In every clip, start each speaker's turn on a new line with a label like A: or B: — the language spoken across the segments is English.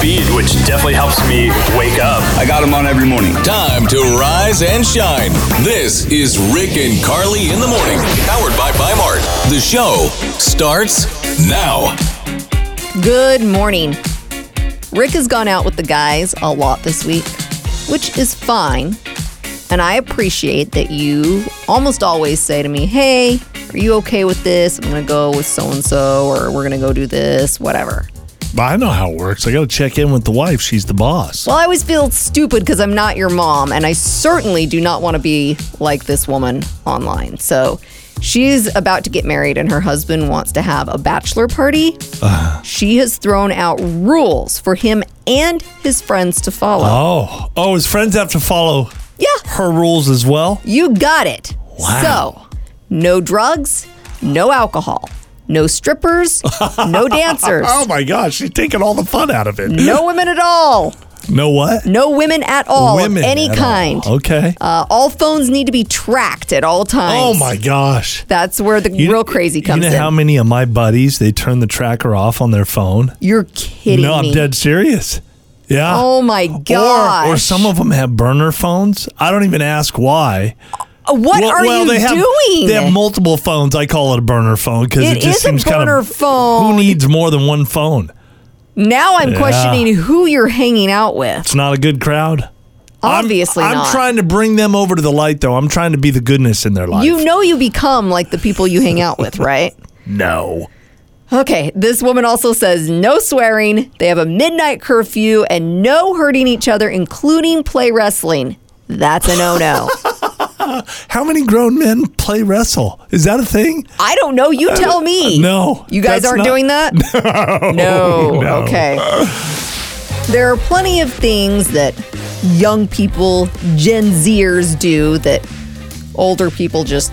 A: feed, which definitely helps me wake up.
B: I got them on every morning.
C: Time to rise and shine. This is Rick and Carly in the morning, powered by Mart. The show starts now.
D: Good morning. Rick has gone out with the guys a lot this week, which is fine. And I appreciate that you almost always say to me, Hey, are you okay with this? I'm going to go with so and so, or we're going to go do this, whatever.
E: I know how it works. I got to check in with the wife. She's the boss.
D: Well, I always feel stupid because I'm not your mom, and I certainly do not want to be like this woman online. So she's about to get married, and her husband wants to have a bachelor party.
E: Uh-huh.
D: She has thrown out rules for him and his friends to follow.
E: Oh, oh, his friends have to follow
D: yeah,
E: her rules as well.
D: you got it.
E: Wow.
D: So, no drugs, no alcohol, no strippers, no dancers,
E: Oh my gosh, she's taking all the fun out of it.
D: no women at all,
E: No what?
D: no women at all
E: Women
D: of any
E: at all.
D: kind.
E: Okay.
D: Uh, all phones need to be tracked at all times.
E: oh my gosh.
D: That's where the
E: You-
D: real crazy comes
E: You know
D: in.
E: how many of my buddies they turn the tracker off on their phone?
D: You're kidding
E: no,
D: me.
E: I'm dead serious. Yeah.
D: Oh my god.
E: Or, or some of them have burner phones. I don't even ask why.
D: Uh, What
E: well,
D: are
E: well,
D: you
E: they have,
D: doing?
E: They have multiple phones. I call it a burner phone because it,
D: It
E: just
D: is a
E: seems kind
D: burner
E: of
D: phone.
E: Who needs more than one phone?
D: now I'm questioning who you're hanging out with.
E: It's not a good crowd. I'm-
D: Obviously
E: I'm,
D: not.
E: trying to bring them over to the light, though. I'm trying to be the goodness in their life.
D: You know you become like the people you hang out with, right?
E: no.
D: Okay, this woman also says no swearing, they have a midnight curfew, and no hurting each other, including play wrestling. That's a no no.
E: How many grown men play wrestle? Is that a thing?
D: I don't know. You tell me.
E: no,
D: You guys
E: that's
D: aren't
E: not-
D: doing that? No. No. Okay. There are plenty of things that young people, Gen Zers, do that older people just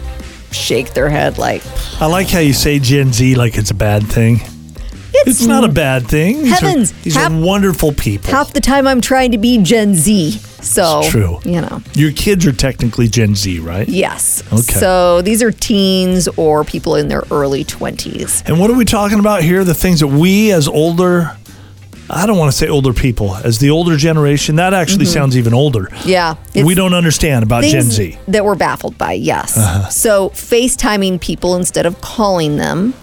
D: shake their head like,
E: I like how you say Gen Z like it's a bad thing. It's, not a bad thing. These are-
D: Mm. Heavens,
E: these
D: half-
E: are wonderful people.
D: half the time I'm trying to be Gen Z. So,
E: It's true.
D: you know.
E: Your kids are technically Gen Z, right?
D: Yes.
E: Okay.
D: So these are teens or people in their early 20s.
E: And what are we talking about here? The things that we as older, I don't want to say older people, as the older generation, that actually sounds even older.
D: Mm-hmm. Yeah.
E: we
D: it's-
E: don't understand about Gen
D: things
E: Z. Uh-huh.
D: that we're baffled by. Yes. So FaceTiming people instead of calling them.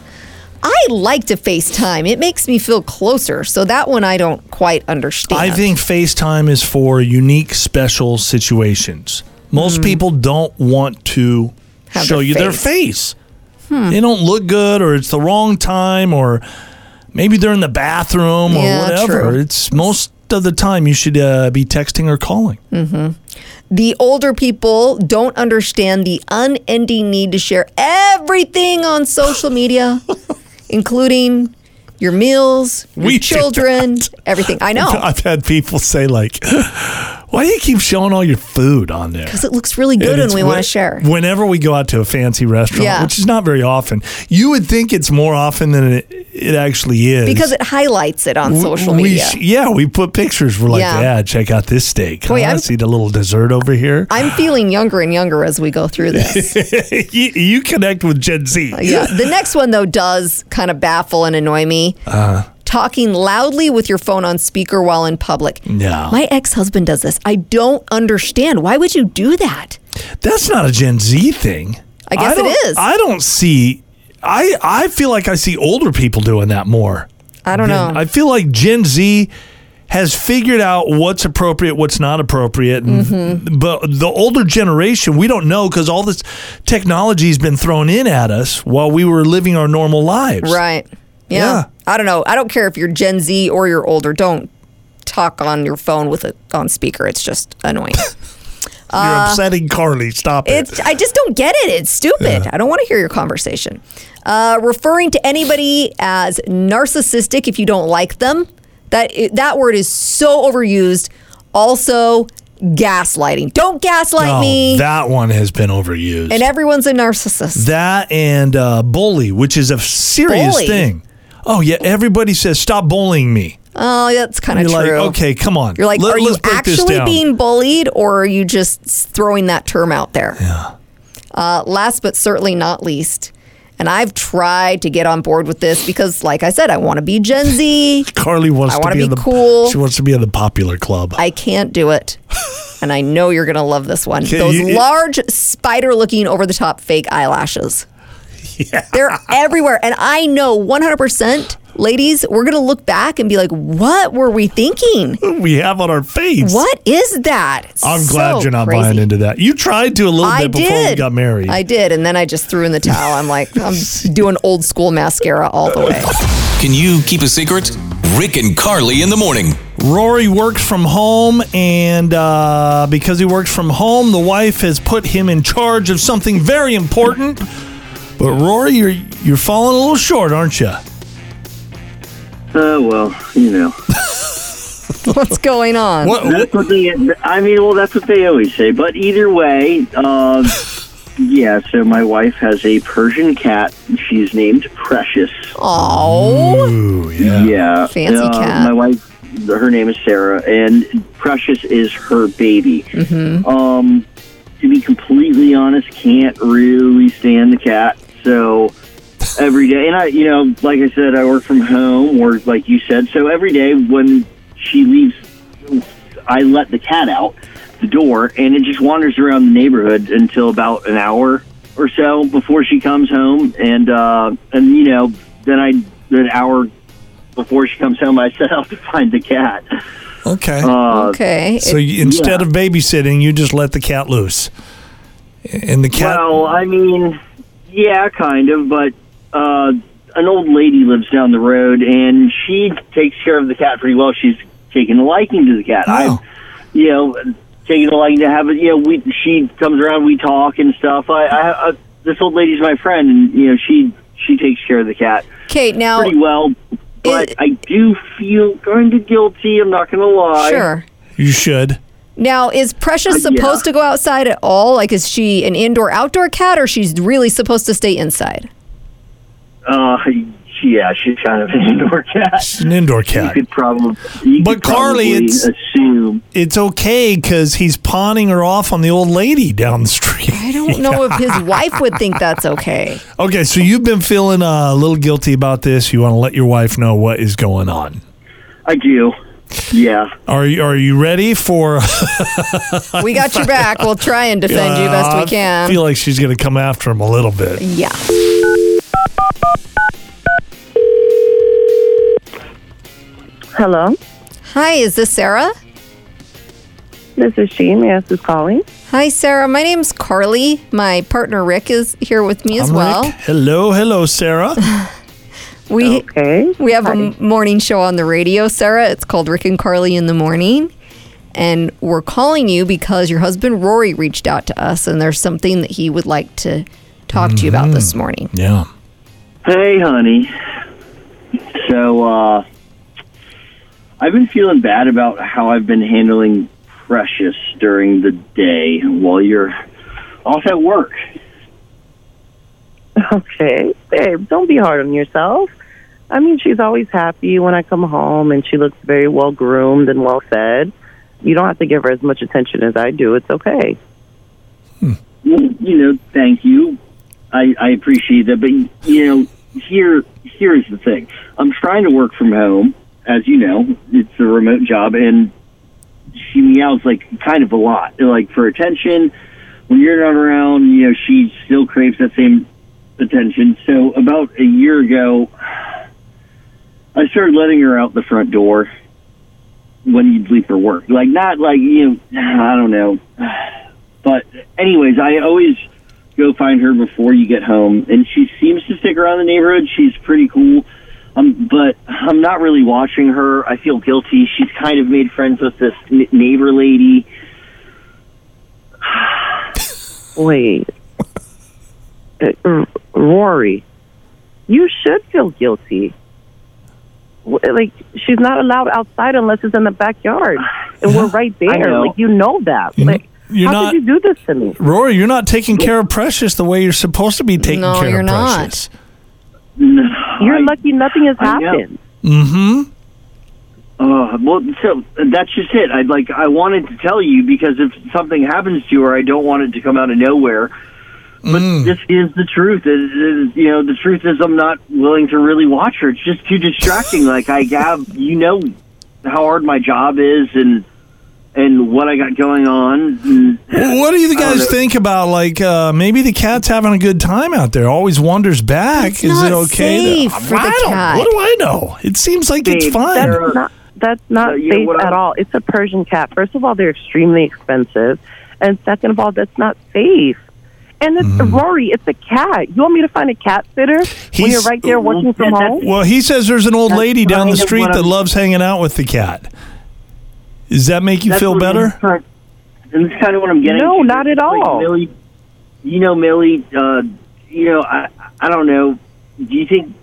D: I like to FaceTime. It makes me feel closer. So that one I don't quite understand.
E: I think FaceTime is for unique, special situations. Most people don't want to
D: Mm-hmm. Have
E: show
D: their Hmm.
E: you their face. They don't look good, or it's the wrong time, or maybe they're in the bathroom or
D: Yeah,
E: whatever.
D: true.
E: It's most of the time you should uh, be texting or calling.
D: the older people don't understand the unending need to share everything on social media, including your meals, your
E: We do
D: children, everything. I know.
E: I've had people say like, "Why do you keep showing all your food on there?"
D: Because it looks really good
E: And
D: and
E: it's
D: we want
E: when-
D: to share.
E: Whenever we go out to a fancy restaurant,
D: Yeah.
E: which is not very often, you would think it's more often than it, it actually is.
D: Because it highlights it on
E: W-
D: social
E: we
D: media.
E: sh- yeah, we put pictures. We're like,
D: Yeah.
E: yeah, check out this steak.
D: Boy,
E: huh?
D: I'm-
E: See the little dessert over here.
D: I'm feeling younger and younger as we go through this.
E: you, you connect with Gen Z.
D: yeah. The next one, though, does kind of baffle and annoy me. Talking loudly with your phone on speaker while in public.
E: No.
D: My ex husband does this. I don't understand. Why would you do that?
E: That's not a Gen Z thing.
D: I guess it
E: don't-
D: is.
E: I don't see. I I feel like I see older people doing that more.
D: I don't
E: than-
D: know.
E: I feel like Gen Z has figured out what's appropriate, what's not appropriate, and
D: Mm-hmm.
E: but the older generation we don't know because all this technology has been thrown in at us while we were living our normal lives.
D: right. Yeah.
E: Yeah.
D: I don't know. I don't care if you're Gen Z or you're older. Don't talk on your phone with it on speaker. It's just annoying.
E: You're upsetting Carly. Stop it.
D: uh, It's, I just don't get it. It's stupid. I don't want to hear your conversation. Uh, referring to anybody as narcissistic if you don't like them, that that word is so overused. Also, gaslighting. Don't gaslight
E: Oh,
D: me.
E: that one has been overused.
D: and everyone's a narcissist.
E: That and uh, bully, which is a serious
D: Bully?
E: thing. Oh yeah, everybody says stop bullying me.
D: oh, that's kind of
E: You're
D: true.
E: like, okay, come on.
D: You're like,
E: Let-
D: are you
E: let's break this
D: actually
E: down.
D: being bullied or are you just throwing that term out there? Yeah. Uh, last but certainly not least, And I've tried to get on board with this because, like I said, I want to be Gen Z.
E: Carly wants
D: I
E: to
D: wanna
E: be, in
D: be
E: the
D: cool.
E: She wants to be in the popular club.
D: I can't do it. And I know you're going to love this one.
E: Okay,
D: Those
E: you-
D: large spider looking over the top fake eyelashes. They're everywhere. And I know 100%, ladies, we're going to look back and be like, what were we thinking?
E: we have on our face.
D: What is that? It's
E: I'm glad
D: so
E: you're not
D: crazy.
E: buying into that. You tried to a little
D: I
E: bit before
D: did.
E: we got married.
D: I did. And then I just threw in the towel. I'm like, I'm doing old school mascara all the way.
C: Can you keep a secret? Rick and Carly in the morning.
E: Rory works from home, and uh, because he works from home, the wife has put him in charge of something very important. But Rory, you're you're falling a little short, aren't you?
B: Uh, well, you know.
D: What's going on?
E: What?
B: That's what they, I mean, well, that's what they always say. But either way, uh, yeah, so my wife has a Persian cat. She's named Precious.
D: Oh,
E: Ooh, yeah.
B: Yeah.
D: Fancy
B: uh,
D: cat.
B: My wife, her name is Sarah, and Precious is her baby.
D: Mm-hmm.
B: Um, to be completely honest, can't really stand the cat. So every day, and I, you know, like I said, I work from home, or like you said, so every day when she leaves, I let the cat out the door, and it just wanders around the neighborhood until about an hour or so before she comes home, and uh, and you know, then I an hour before she comes home, I set out to find the cat.
E: Okay.
B: Uh,
D: okay.
E: Mm. so you, instead of babysitting, you just let the cat loose, and the cat.
B: Well, I mean, yeah, kind of, but uh, an old lady lives down the road, and she takes care of the cat pretty well. She's taken a liking to the cat.
D: Oh.
E: Wow.
B: I, you know, taken a liking to have it. You know, we she comes around, we talk and stuff. I, I, I this old lady's my friend, and you know, she she takes care of the cat
D: Kate, now,
B: pretty well. But
D: Oh. It-
B: I do feel kind of guilty. I'm not going to lie.
D: sure.
E: you should.
D: Now, is Precious
B: Uh, yeah.
D: supposed to go outside at all? Like, is she an indoor outdoor cat or she's really supposed to stay inside?
B: Uh, yeah, she's kind of an indoor cat.
E: It's an indoor cat.
B: You could probably, you
E: But
B: could
E: Carly,
B: probably
E: it's-
B: assume.
E: It's okay because he's pawning her off on the old lady down the street.
D: I don't know if his wife would think that's okay.
E: Okay, so you've been feeling uh, a little guilty about this. You want to let your wife know what is going on.
B: I do. Yeah.
E: Are you are you ready for?
D: We got your back. We'll try and defend you best we
E: I
D: can.
E: feel like she's going to come after him a little bit.
D: Yeah.
F: Hello,
D: Hi, is this Sarah?
F: this is she. May I ask who's calling?
D: Hi, Sarah. My name's Carly. My partner Rick is here with me as
E: I'm Rick.
D: well.
E: Hello, hello, Sarah.
D: We
F: Okay.
D: we have a m- morning show on the radio, Sarah. It's called Rick and Carly in the Morning. And we're calling you because your husband Rory reached out to us and there's something that he would like to talk to you about this morning.
E: yeah.
B: Hey, honey. So, uh, I've been feeling bad about how I've been handling Precious during the day while you're off at work.
F: Okay, babe, don't be hard on yourself. I mean, she's always happy when I come home, and she looks very well groomed and well fed. You don't have to give her as much attention as I do. It's okay.
B: Well, you know, thank you. I, I appreciate that, but you know, here here's the thing. I'm trying to work from home, as you know, it's a remote job, and she meows like kind of a lot, like for attention. When you're not around, you know, she still craves that same attention. So about a year ago, I started letting her out the front door when you'd leave for work. Like not like you, know, I don't know. But anyways, I always go find her before you get home, and she seems to stick around the neighborhood. She's pretty cool. Um, but I'm not really watching her. I feel guilty. She's kind of made friends with this n- neighbor lady.
F: Wait, Uh, R- Rory, you should feel guilty. W- Like she's not allowed outside unless it's in the backyard, and we're right there.
B: know.
F: Like you know that.
E: You kn-
F: like
E: you're
F: how
E: not-
F: could you do this to me?
E: Rory, you're not taking care of Precious the way you're supposed to be taking
D: No,
E: care
D: you're
E: of
D: not.
E: Precious.
B: No,
F: You're
B: I-
F: lucky nothing has
B: I know.
F: happened.
E: Mm-hmm.
B: Uh, well, so that's just it. I like I wanted to tell you because if something happens to her, I don't want it to come out of nowhere. But this is the truth. It- it- you know, the truth is I'm not willing to really watch her. It's just too distracting. like I have, you know, how hard my job is and and what I got going on. And,
E: Well, what do you
B: I don't
E: guys
B: know.
E: think about? Like, uh, maybe the cat's having a good time out there. Always wanders back.
D: It's
E: Is
D: not
E: it okay?
D: safe for
E: I
D: the
E: don't-
D: cat.
E: What do I know? It seems like it's
B: Babe,
E: fine.
B: there-
F: That's not that's not
B: So, you know
F: safe
B: what
F: at
B: I'm-
F: all. It's a Persian cat. First of all, they're extremely expensive, and second of all, that's not safe. And it's Rory. It's a cat. You want me to find a cat sitter when you're
E: He's-
F: right there working from
B: Yeah, that's-
F: home?
E: Well, he says there's an old
B: That's
E: lady down
B: kind
E: the
B: of
E: street
B: what
E: that
B: I'm-
E: loves hanging out with the cat. Does that make you feel
B: what I'm
E: better?
B: trying- And that's kind of what I'm getting.
F: No,
B: to.
F: not at
B: Like,
F: all.
B: Millie, you know, Millie. Uh, you know, I I don't know. Do you think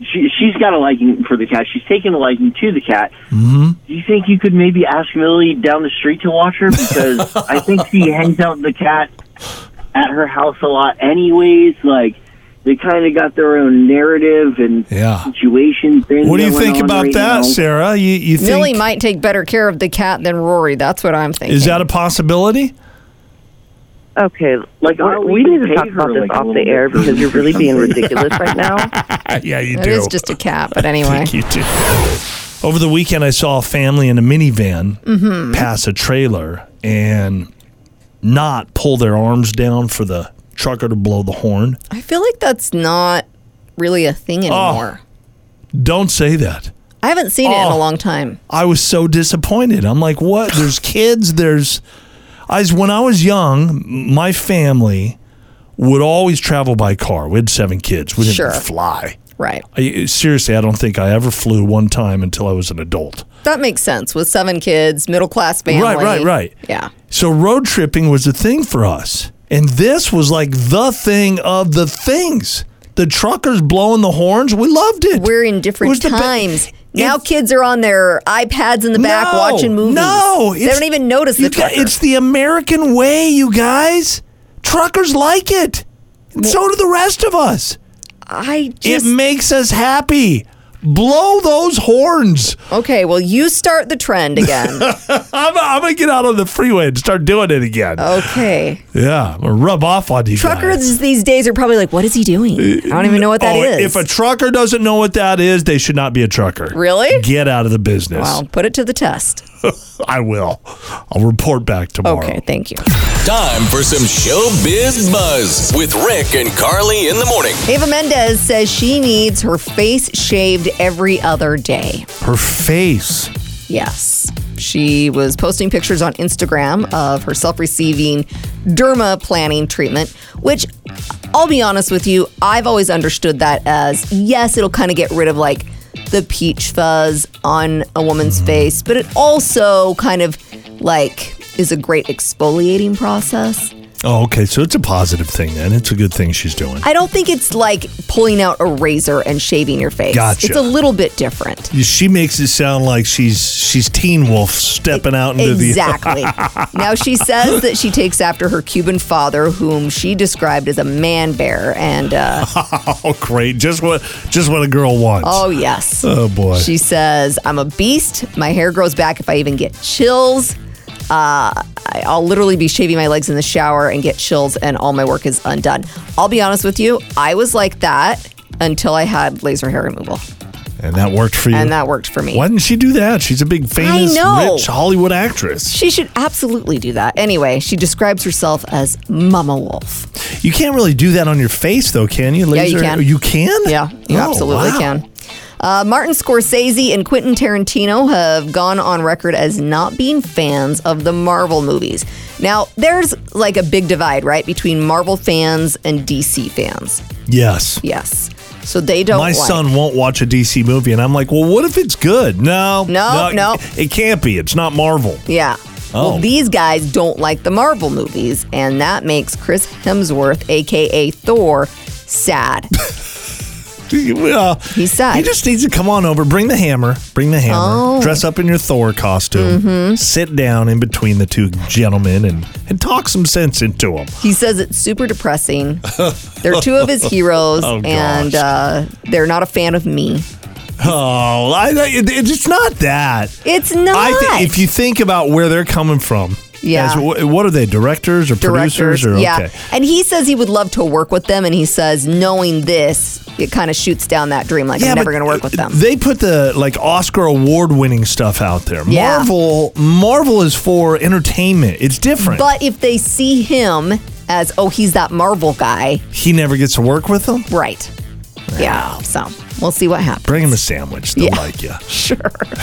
B: she she's got a liking for the cat? She's taken a liking to the cat.
E: Mm-hmm.
B: Do you think you could maybe ask Millie down the street to watch her because I think she hangs out with the cat at her house a lot, anyways. Like they kind of got their own narrative and
E: Yeah.
B: situation thing.
E: What do you
B: going
E: think
B: on
E: about
B: right
E: that,
B: now.
E: Sarah? You, you think
D: Millie might take better care of the cat than Rory. That's what I'm thinking.
E: is that a possibility?
F: Okay,
B: Like,
F: like
B: I'll
F: we
B: even
F: need to
B: pay
F: talk
B: her,
F: about this
B: like, a
F: off
B: little
F: the air
B: bit.
F: because you're really being ridiculous right now.
E: yeah, you
D: It
E: do.
D: is just a cat, but anyway.
E: Thank you too. Over the weekend, I saw a family in a minivan
D: Mm-hmm.
E: pass a trailer and not pull their arms down for the trucker to blow the horn.
D: I feel like that's not really a
E: Oh.
D: thing anymore.
E: Don't say that.
D: I haven't seen it in
E: Oh.
D: a long time.
E: I was so disappointed. I'm like, what? There's kids. There's. I was, when I was young, my family would always travel by car. We had seven kids. We didn't
D: Sure.
E: fly.
D: Right.
E: I, seriously, I don't think I ever flew one time until I was an adult.
D: That makes sense with seven kids, middle class family.
E: Right, right, right.
D: Yeah.
E: So road tripping was a thing for us. And this was like the thing of the things. The truckers blowing the horns, we loved it.
D: We're in different
E: It was the be-
D: times. now
E: It's-
D: kids are on their iPads in the back
E: No,
D: watching movies.
E: No,
D: They
E: it's-
D: don't even notice
E: you
D: the
E: got-
D: trucker.
E: It's the American way, you guys. Truckers like it. And so do the rest of us.
D: I just
E: it makes us happy. Blow those horns.
D: Okay, well you start the trend again.
E: I'm, I'm gonna get out on the freeway and start doing it again.
D: okay.
E: Yeah, I'm gonna rub off on these guys.
D: Oh. Truckers these days are probably like, what is he doing? I don't even know what that
E: Oh,
D: is.
E: If a trucker doesn't know what that is, they should not be a trucker.
D: Really?
E: Get out of the business.
D: Wow, put it to the test.
E: I will. I'll report back tomorrow.
D: Okay, thank you.
C: Time for some showbiz buzz with Rick and Carly in the morning.
D: Ava Mendez says she needs her face shaved every other day.
E: Her face.
D: Yes. She was posting pictures on Instagram of herself receiving derma planning treatment, which I'll be honest with you, I've always understood that as yes, it'll kind of get rid of like the peach fuzz on a woman's face, but it also kind of like is a great exfoliating process.
E: Oh, okay. So it's a positive thing then. It's a good thing she's doing.
D: I don't think it's like pulling out a razor and shaving your face.
E: Gotcha.
D: It's a little bit different.
E: she makes it sound like she's she's Teen Wolf stepping out into
D: Exactly. now she says that she takes after her Cuban father, whom she described as a man bear, and uh,
E: the. Oh, great! Just what just what a girl wants.
D: oh yes,
E: Oh, boy.
D: She says, "I'm a beast. My hair grows back if I even get chills. Uh, I- I'll literally be shaving my legs in the shower and get chills, and all my work is undone." I'll be honest with you, I was like that until I had laser hair removal,
E: and that worked for you.
D: and that worked for me.
E: Why didn't she do that? She's a big famous
D: know.
E: rich Hollywood actress.
D: She should absolutely do that. Anyway, she describes herself as Mama Wolf.
E: You can't really do that on your face though, can you?
D: Yeah, you
E: Laser?
D: can.
E: You can?
D: Yeah, you
E: Oh,
D: absolutely
E: wow.
D: can. Uh, Martin Scorsese and Quentin Tarantino have gone on record as not being fans of the Marvel movies. Now, there's like a big divide, right, between Marvel fans and DC fans.
E: Yes.
D: Yes. So they don't.
E: My
D: like-
E: son won't watch a DC movie, and I'm like, well, what if it's good? No,
D: No, no.
E: it can't be. It's not Marvel.
D: Yeah.
E: Oh.
D: Well, these guys don't like the Marvel movies, and that makes Chris Hemsworth, aka Thor, sad.
E: Well,
D: He's sad.
E: He just needs to come on over, bring the hammer, bring the hammer,
D: Oh. Mm-hmm.
E: dress up in your Thor costume, sit down in between the two gentlemen, and and talk some sense into them.
D: He says it's super depressing. they're two of his heroes,
E: Oh, gosh.
D: and uh, they're not a fan of me.
E: Oh, I, I- it- it's not that.
D: It's not.
E: I thi- if you think about where they're coming from,
D: Yeah.
E: As- wh- what are they? Directors or producers? Or,
D: yeah.
E: Okay.
D: And he says he would love to work with them, and he says knowing this, it kind of shoots down that dream. Like I'm never
E: but
D: going to work with them.
E: They put the like Oscar award winning stuff out there.
D: Yeah.
E: Marvel Marvel is for entertainment. It's different.
D: but if they see him as oh he's that Marvel guy,
E: he never gets to work with them.
D: right? Yeah. So we'll see what happens.
E: Bring him a sandwich. They'll
D: Yeah.
E: like you.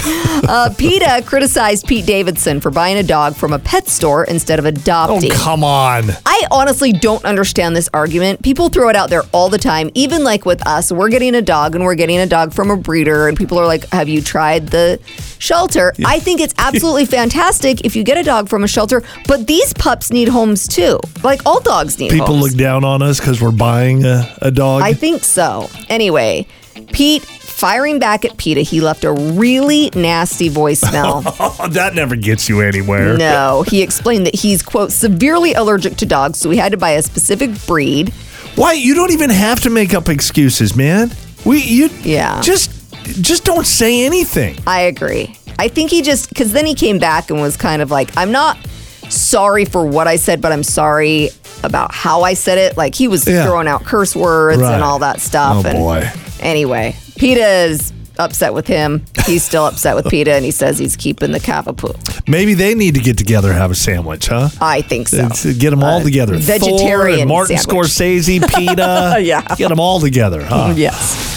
D: Uh, PETA criticized Pete Davidson for buying a dog from a pet store instead of
E: Oh
D: adopting.
E: come on.
D: I honestly don't understand this argument. People throw it out there all the time, even like with us. We're getting a dog and we're getting a dog from a breeder, and people are like, Have you tried the shelter? I think it's absolutely fantastic if you get a dog from a shelter, but these pups need homes too. Like all dogs need
E: People
D: homes.
E: look down on us because we're buying a, a dog.
D: I think so. Anyway, Pete firing back at PETA, he left a really nasty voicemail.
E: oh, that never gets you anywhere.
D: No, he explained that he's, quote, severely allergic to dogs, so he had to buy a specific breed.
E: Why? You don't even have to make up excuses, man. We you
D: Yeah.
E: just just don't say anything.
D: I agree. I think he just, because then he came back and was kind of like, I'm not sorry for what I said, but I'm sorry about how I said it. Like he was
E: Yeah.
D: throwing out curse words
E: Right.
D: and all that stuff.
E: Oh,
D: and
E: boy.
D: Anyway, PETA's upset with him. He's still upset with PETA, and he says he's keeping the cavapoo.
E: Maybe they need to get together, and have a sandwich, huh?
D: I think so. Uh,
E: It's- Get them all together. Thor and
D: vegetarian
E: Martin
D: sandwich.
E: Scorsese, PETA.
D: Yeah.
E: Get them all together, huh?
D: Yes.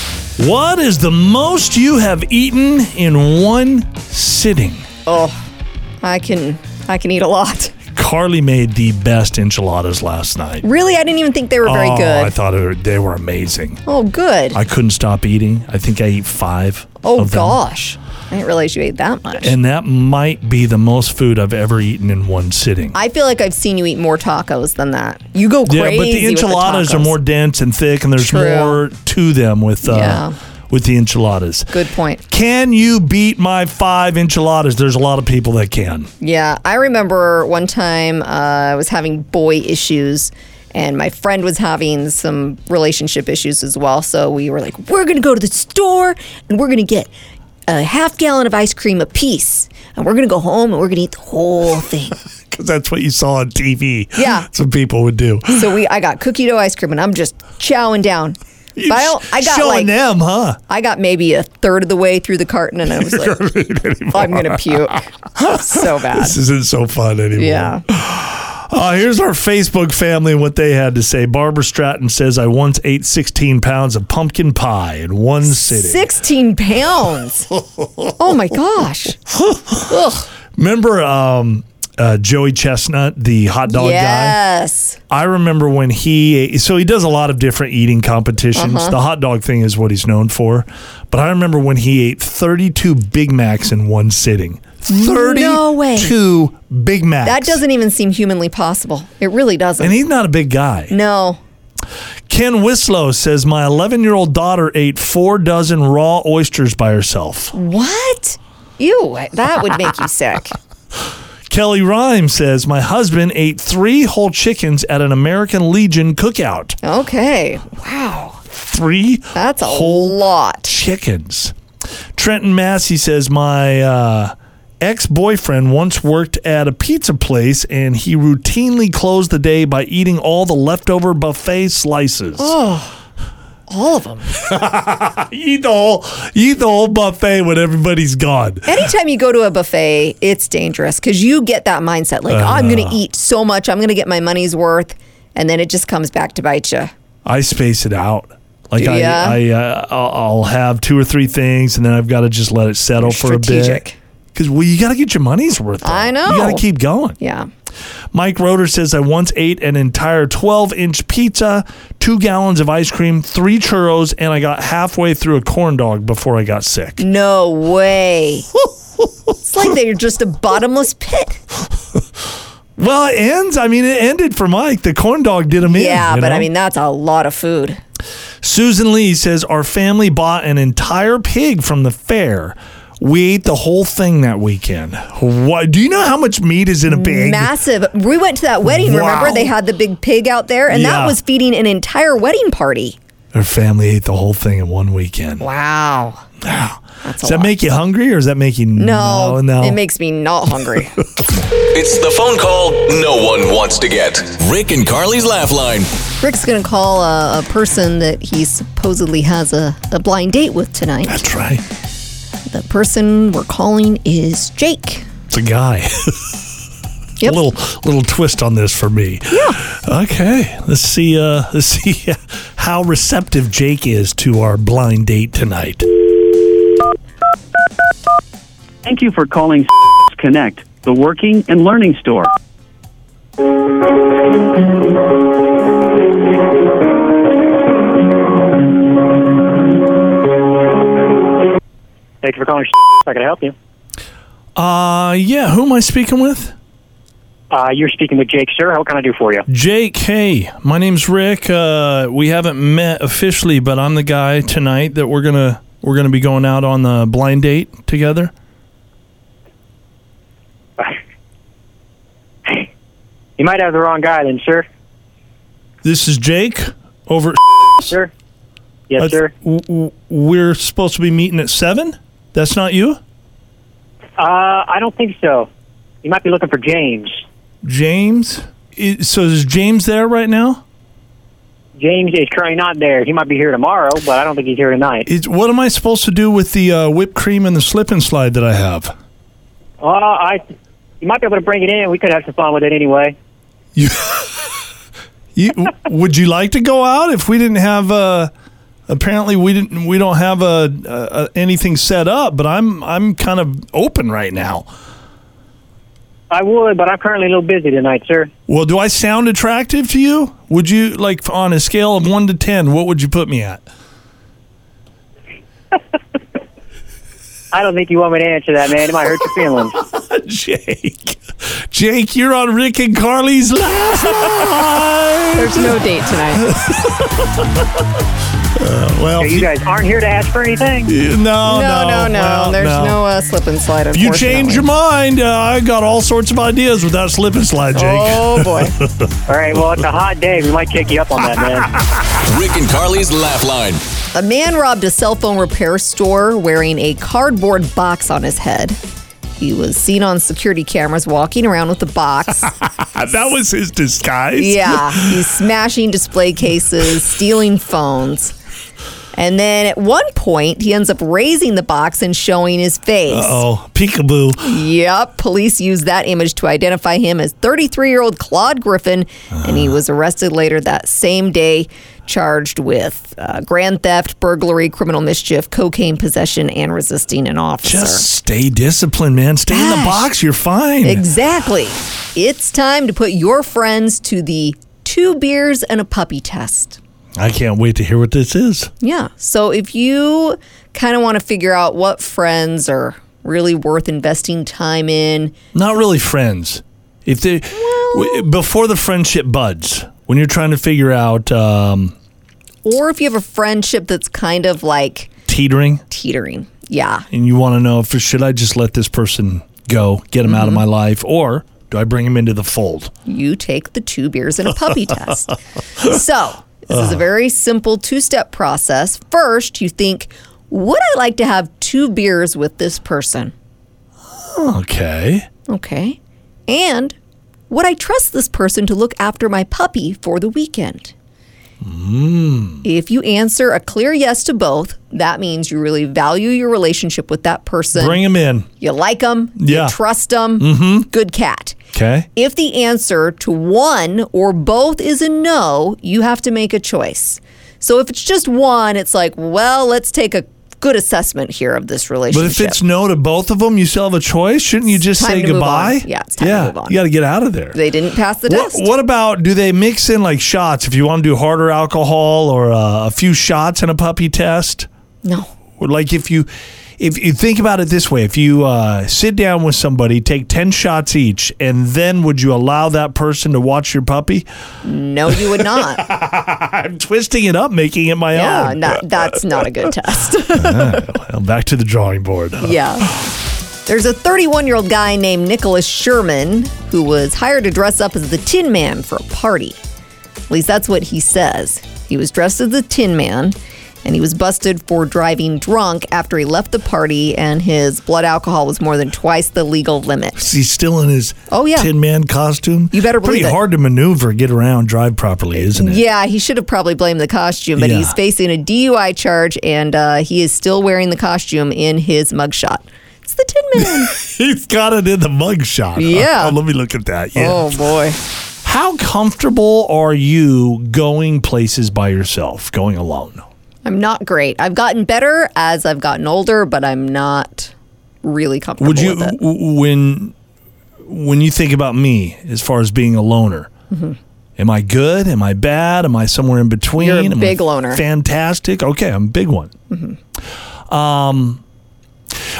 E: What is the most you have eaten in one sitting?
D: I can, I can eat a lot.
E: Carly made the best enchiladas last night.
D: Really, I didn't even think they were very
E: oh,
D: good.
E: I thought it- they were amazing.
D: oh, good.
E: I couldn't stop eating. I think I ate five.
D: oh
E: of them.
D: gosh, I didn't realize you ate that much.
E: And that might be the most food I've ever eaten in one sitting.
D: I feel like I've seen you eat more tacos than that. You go crazy.
E: yeah, but the
D: with
E: enchiladas are
D: tacos.
E: more dense and thick, and there's
D: True.
E: more to them with uh,
D: Yeah.
E: with the enchiladas.
D: Good point.
E: Can you beat my five enchiladas? There's a lot of people that can.
D: Yeah, I remember one time uh, I was having boy issues, and my friend was having some relationship issues as well. So we were like, we're gonna go to the store and we're gonna get a half gallon of ice cream apiece, and we're gonna go home and we're gonna eat the whole thing.
E: Because that's what you saw on TV.
D: Yeah.
E: Some people would do.
D: So we, I got cookie dough ice cream, and I'm just chowing down. But I, don't- I got
E: Showing
D: like,
E: them, huh?
D: I got maybe a third of the way through the carton, and I was like, I'm gonna puke so bad.
E: This isn't so fun anymore.
D: Yeah.
E: Uh, here's our Facebook family and what they had to say. Barbara Stratton says, I once ate 16 pounds of pumpkin pie in one sitting.
D: 16 pounds. Oh my gosh. Ugh.
E: Remember um, uh, Joey Chestnut, the hot dog guy?
D: Yes.
E: I remember when he so he does a lot of different eating competitions.
D: Uh-huh.
E: The hot dog thing is what he's known for. But I remember when he ate 32 Big Macs in one sitting. 32
D: No way.
E: Big Macs.
D: That doesn't even seem humanly possible. It really doesn't.
E: And he's not a big guy.
D: no.
E: Ken Wislow says my 11-year-old daughter ate 4 dozen raw oysters by herself.
D: What? Ew, that would make you sick.
E: Kelly Rhymes says my husband ate 3 whole chickens at an American Legion cookout.
D: Okay. Wow.
E: 3
D: That's a
E: whole
D: lot.
E: chickens. Trenton Massey says my uh, ex boyfriend once worked at a pizza place, and he routinely closed the day by eating all the leftover buffet slices.
D: All of them.
E: You eat the whole, you eat the whole buffet when everybody's gone.
D: Anytime you go to a buffet, it's dangerous because you get that mindset like, I'm going
E: Uh-huh.
D: to eat so much, I'm going to get my money's worth. And then it just comes back to bite you.
E: I space it out. Like I,
D: ya?
E: I, uh, I'll I'll have two or three things, and then I've got to just let it settle for a bit.
D: strategic.
E: Because well, you got to get your money's worth. though.
D: I
E: You got
D: know.
E: to keep going.
D: Yeah.
E: Mike Roeder says, I once ate an entire 12 inch pizza, two gallons of ice cream, three churros, and I got halfway through a corn dog before I got sick.
D: No way. it's like they're just a bottomless pit.
E: Well, it ends. I mean, it ended for Mike. The corn dog did him in.
D: Yeah,
E: you
D: but
E: know?
D: I mean, that's a lot of food.
E: Susan Lee says, Our family bought an entire pig from the fair. We ate the whole thing that weekend. What? Do you know how much meat is in a pig?
D: Massive. We went to that wedding,
E: Wow.
D: remember? They had the big pig out there, and
E: Yeah.
D: that was feeding an entire wedding party.
E: Her family ate the whole thing in one weekend.
D: Wow.
E: Does that
D: lot.
E: make you hungry or does that make you
D: No,
E: no?
D: it makes me not hungry.
C: It's the phone call no one wants to get. Rick and Carly's Laugh Line.
D: Rick's gonna call a, a person that he supposedly has a, a blind date with tonight.
E: That's right.
D: The person we're calling is Jake.
E: It's a guy.
D: Yep.
E: A little little twist on this for me. Yeah. Okay. Let's see. Uh, let's see how receptive Jake is to our blind date tonight.
G: Thank you for calling Connect, the working and learning store.
H: Thank you for calling. I can I help you.
E: Uh, yeah. Who am I speaking with?
H: Uh, you're speaking with Jake, sir. How can I do for you?
E: Jake. Hey, my name's Rick. Uh, we haven't met officially, but I'm the guy tonight that we're gonna we're gonna be going out on the blind date together.
H: You might have the wrong guy, then, sir.
E: This is Jake over. at
H: Sir. Yes,
E: Uh,
H: sir.
E: w- w- We're supposed to be meeting at seven. That's not you,
H: Uh, I don't think so. You might be looking for James.
E: James. I- So is James there right now?
H: James is currently not there. He might be here tomorrow, but I don't think he's here tonight.
E: Is what am I supposed to do with the uh, whipped cream and the slip and slide that I have?
H: Uh, I. You might be able to bring it in. We could have some fun with it anyway.
E: You, w- would you like to go out if we didn't have Uh, apparently we didn't. We don't have uh uh anything set up. But I'm I'm kind of open right now.
H: I would, but I'm currently a little busy tonight, sir.
E: Well, do I sound attractive to you? Would you like on a scale of one to ten? What would you put me at?
H: I don't think you want me to answer that, man. It might hurt your feelings.
E: Jake. Jake, you're on Rick and Carly's Laugh Line.
D: There's no date tonight.
E: well,
H: You
E: if
H: guys aren't here to ask for anything.
E: you- Oh, no, no,
D: no, no, no.
E: well,
D: There's no, uh, slip and slide.
E: If you change your
D: unfortunately.
E: mind, uh, I got all sorts of ideas without slip and slide, Jake.
D: Oh boy.
H: All right. Well, it's a hot day. We might kick you up on that, man.
C: Rick and Carly's Laugh Line.
D: A man robbed a cell phone repair store wearing a cardboard box on his head. He was seen on security cameras walking around with the box.
E: That was his disguise.
D: yeah, he's smashing display cases, stealing phones. And then at one point, he ends up raising the box and showing his face.
E: Oh, peekaboo.
D: Yep, police used that image to identify him as 33 year old Claude Griffin, and he was arrested later that same day, charged with uh, grand theft, burglary, criminal mischief, cocaine possession, and resisting an officer.
E: Just stay disciplined, man. Stay in the
D: Gosh.
E: box. You're fine.
D: Exactly. It's time to put your friends to the two beers and a puppy test.
E: I can't wait to hear what this is.
D: Yeah. So if you kind of want to figure out what friends are really worth investing time in,
E: Not really friends. If they w- before the friendship buds, when you're trying to figure out um,
D: or if you have a friendship that's kind of like
E: teetering,
D: teetering. Yeah.
E: and you want to know if should I just let this person go, get him out of my
D: Mm-hmm.
E: life, or do I bring him into the fold?
D: you take the two beers and a puppy test. So, this is a very simple two step process. First, you think, would I like to have two beers with this person?
E: Okay.
D: Okay. And would I trust this person to look after my puppy for the weekend?
E: Hmm.
D: If you answer a clear yes to both, that means you really value your relationship with that person.
E: Bring him in.
D: you like them,
E: Yeah.
D: you trust them, mm-hmm. good cat.
E: Okay.
D: If the answer to one or both is a no, you have to make a choice. So if it's just one, it's like, well, let's take a good assessment here of this
E: But
D: relationship.
E: if it's no to both of them, you still have a choice. Shouldn't you just
D: time
E: say
D: to move
E: goodbye?
D: on. Yeah, it's time to
E: yeah,
D: move on.
E: You got to get out of there.
D: they didn't pass the
E: What,
D: test.
E: what about do they mix in like shots if you want to do harder alcohol or uh, a few shots in a puppy test?
D: No.
E: Or like if you if you think about it this way if you uh, sit down with somebody take 10 shots each and then would you allow that person to watch your puppy
D: No, you would not.
E: i'm twisting it up making it my
D: yeah,
E: own
D: that, that's not a good test.
E: Well, back to the drawing board
D: yeah. There's a 31 year old guy named Nicholas Sherman who was hired to dress up as the Tin Man for a party. At least that's what he says. He was dressed as the Tin Man and he was busted for driving drunk after he left the party, and his blood alcohol was more than twice the legal limit.
E: He's still in his
D: Oh, yeah.
E: Tin Man costume.
D: You better
E: Pretty
D: believe it.
E: hard to maneuver, get around, drive properly, isn't it?
D: Yeah, he should have probably blamed the costume, but
E: Yeah.
D: he's facing a DUI charge, and uh, he is still wearing the costume in his mugshot. It's the Tin Man.
E: He's got it in the mugshot. huh?
D: Yeah.
E: Oh, let me look at that. Yeah.
D: Oh boy.
E: How comfortable are you going places by yourself, going alone?
D: I'm not great. I've gotten better as I've gotten older, but I'm not really comfortable
E: Would you
D: with it.
E: w- when when you think about me as far as being a loner? Am I good? Am I bad? Am I somewhere in between?
D: You're a
E: Am I
D: big loner.
E: Fantastic. Okay, I'm a big one. Um,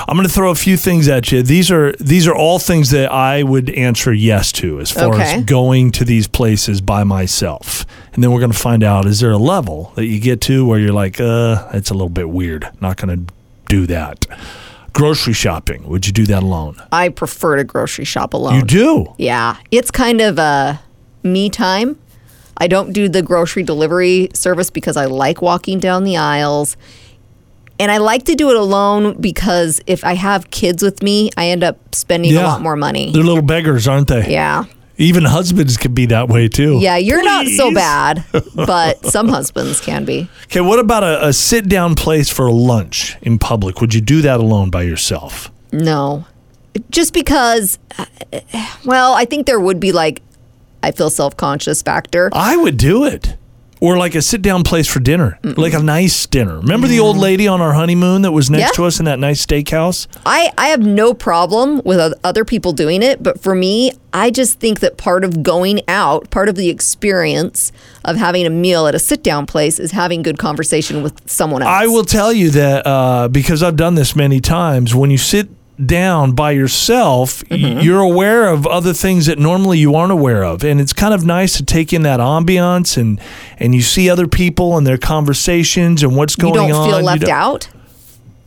E: I'm going to throw a few things at you. These are these are all things that I would answer yes to as far
D: Okay.
E: as going to these places by myself. And then we're going to find out is there a level that you get to where you're like, uh, it's a little bit weird. Not going to do that. Grocery shopping. Would you do that alone?
D: I prefer to grocery shop alone.
E: You do.
D: Yeah. It's kind of a me time. I don't do the grocery delivery service because I like walking down the aisles. And I like to do it alone because if I have kids with me, I end up spending a lot more money.
E: They're little beggars, aren't they?
D: Yeah.
E: Even husbands can be that way too.
D: Yeah, you're not so bad, but some husbands can be.
E: Okay, what about a, a sit down place for lunch in public? Would you do that alone by yourself?
D: No. Just because, uh, well, I think there would be like, I feel self conscious factor.
E: I would do it. Or like a sit down place for dinner, like a nice dinner. Remember the old lady on our honeymoon that was next
D: Yeah.
E: to us in that nice steakhouse?
D: I, I have no problem with oth- other people doing it, but for me, I just think that part of going out, part of the experience of having a meal at a sit down place is having good conversation with someone else.
E: I will tell you that uh, because I've done this many times. When you sit down by yourself, y-
D: Mm-hmm.
E: you're aware of other things that normally you aren't aware of, and it's kind of nice to take in that ambiance and and you see other people and their conversations and what's
D: You
E: going on.
D: don't feel left
E: don't-
D: out.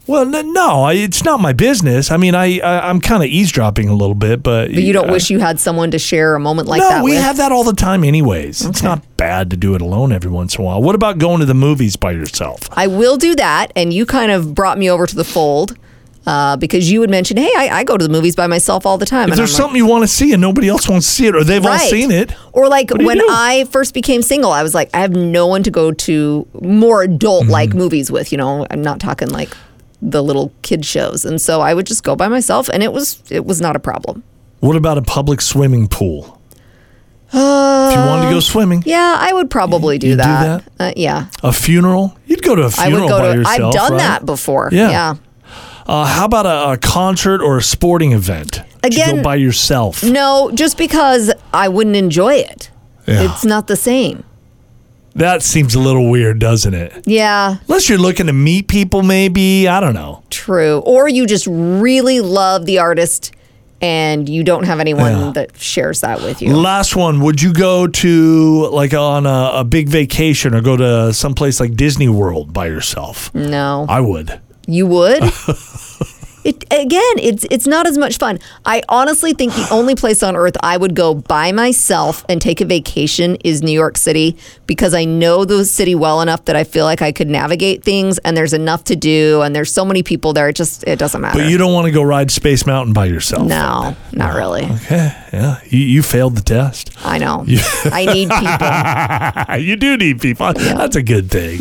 E: Well, no, no I, it's not my business. I mean, I, I I'm kind of eavesdropping a little bit, but
D: But you don't wish you had someone to share a moment like
E: no,
D: that
E: we
D: with.
E: have that all the time, anyways. It's not bad to do it alone every once in a while. What about going to the movies by yourself?
D: I will do that. And you kind of brought me over to the fold uh, because you would mention, hey, I, I go to the movies by myself all the time.
E: If
D: and
E: there's
D: I'm like,
E: something you want to see and nobody else wants to see it, or they've all
D: Right.
E: seen it,
D: Or like
E: do you
D: when
E: do?
D: I first became single, I was like, I have no one to go to more adult like
E: Mm-hmm.
D: movies with. You know, I'm not talking like the little kid shows, and so I would just go by myself, and it was it was not a problem.
E: what about a public swimming pool? if you wanted to go swimming,
D: Um, Yeah, I would probably do
E: you do
D: that. Uh, yeah,
E: a funeral, you'd go to a
D: I
E: funeral
D: would go
E: by
D: to.
E: yourself.
D: I've done
E: right?
D: that before.
E: Yeah.
D: yeah.
E: Uh, how about a, a concert or a sporting event? Would you
D: Again-
E: go by yourself.
D: No, just because I wouldn't enjoy it.
E: Yeah.
D: It's not the same.
E: That seems a little weird, doesn't it?
D: Yeah,
E: Unless you're looking to meet people, maybe I don't know.
D: true. Or you just really love the artist and you don't have anyone
E: Yeah.
D: that shares that with you.
E: Last one. Would you go to like on a, a big vacation or go to someplace like Disney World by yourself?
D: no.
E: I would.
D: You would? it again, it's it's not as much fun. I honestly think the only place on earth I would go by myself and take a vacation is New York City because I know the city well enough that I feel like I could navigate things and there's enough to do and there's so many people there. It just it doesn't matter.
E: But you don't want to go ride Space Mountain by yourself.
D: no, not really.
E: Yeah, you, you failed the test.
D: I know. I need people.
E: you do need people. That's a good thing.